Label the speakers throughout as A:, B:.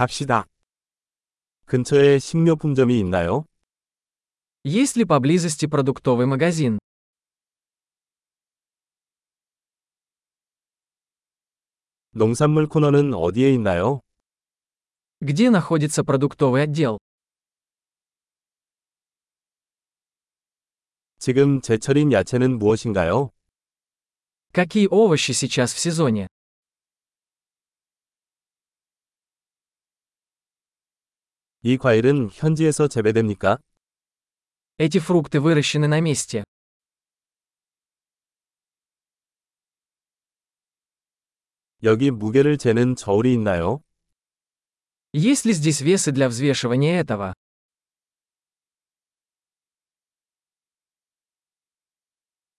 A: 갑시다. 근처에 식료품점이 있나요?
B: Есть ли поблизости продуктовый магазин?
A: 농산물 코너는 어디에 있나요?
B: Где находится продуктовый отдел?
A: 지금 제철인 야채는 무엇인가요?
B: Какие овощи сейчас в сезоне?
A: 이 과일은 현지에서 재배됩니까?
B: Эти фрукты выращены на месте.
A: 여기 무게를 재는 저울이 있나요?
B: Есть ли здесь весы для взвешивания этого?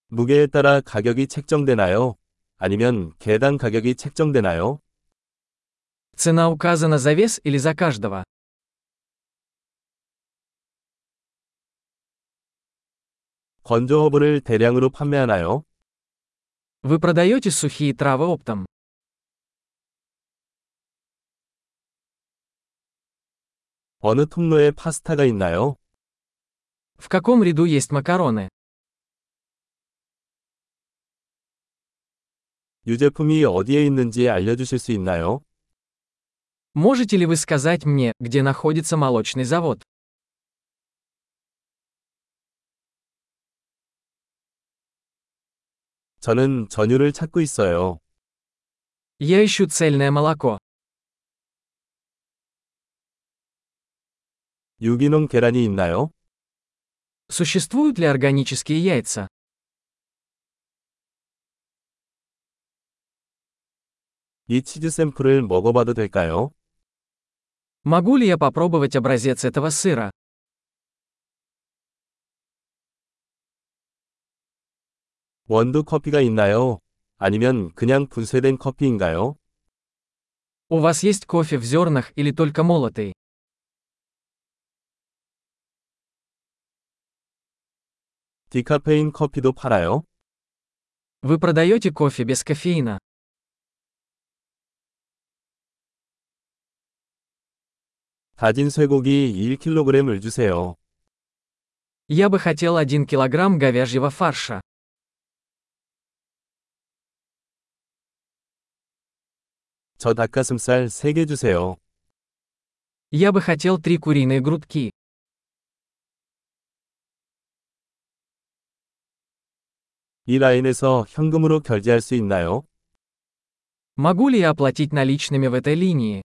A: 무게에 따라 가격이 책정되나요? 아니면 개당 가격이 책정되나요?
B: Цена указана за вес или за каждого?
A: 건조 허브를 대량으로 판매하나요?
B: Вы продаете сухие травы оптом?
A: 어느 통로에 파스타가 있나요?
B: В каком ряду есть макароны?
A: 유제품이 어디에 있는지 알려주실 수 있나요?
B: Можете ли вы сказать мне, где находится молочный завод?
A: 저는 전유를 찾고 있어요.
B: Я ищу цельное молоко.
A: 유기농 계란이 있나요?
B: Существуют ли органические яйца?
A: 이 치즈 샘플을 먹어봐도 될까요?
B: Могу ли я попробовать образец этого сыра?
A: 원두 커피가 있나요? 아니면 그냥 분쇄된 커피인가요?
B: У вас есть кофе в зернах или только молотый?
A: 디카페인 커피도 팔아요?
B: Вы продаете кофе без кофеина?
A: 다진 쇠고기 1kg을 주세요.
B: Я бы хотел 1 килограмм говяжьего фарша.
A: 저 닭가슴살 3개 주세요.
B: Я бы хотел 3 куриные грудки.
A: 이 라인에서 현금으로 결제할 수 있나요?
B: Могу ли я оплатить наличными в этой линии?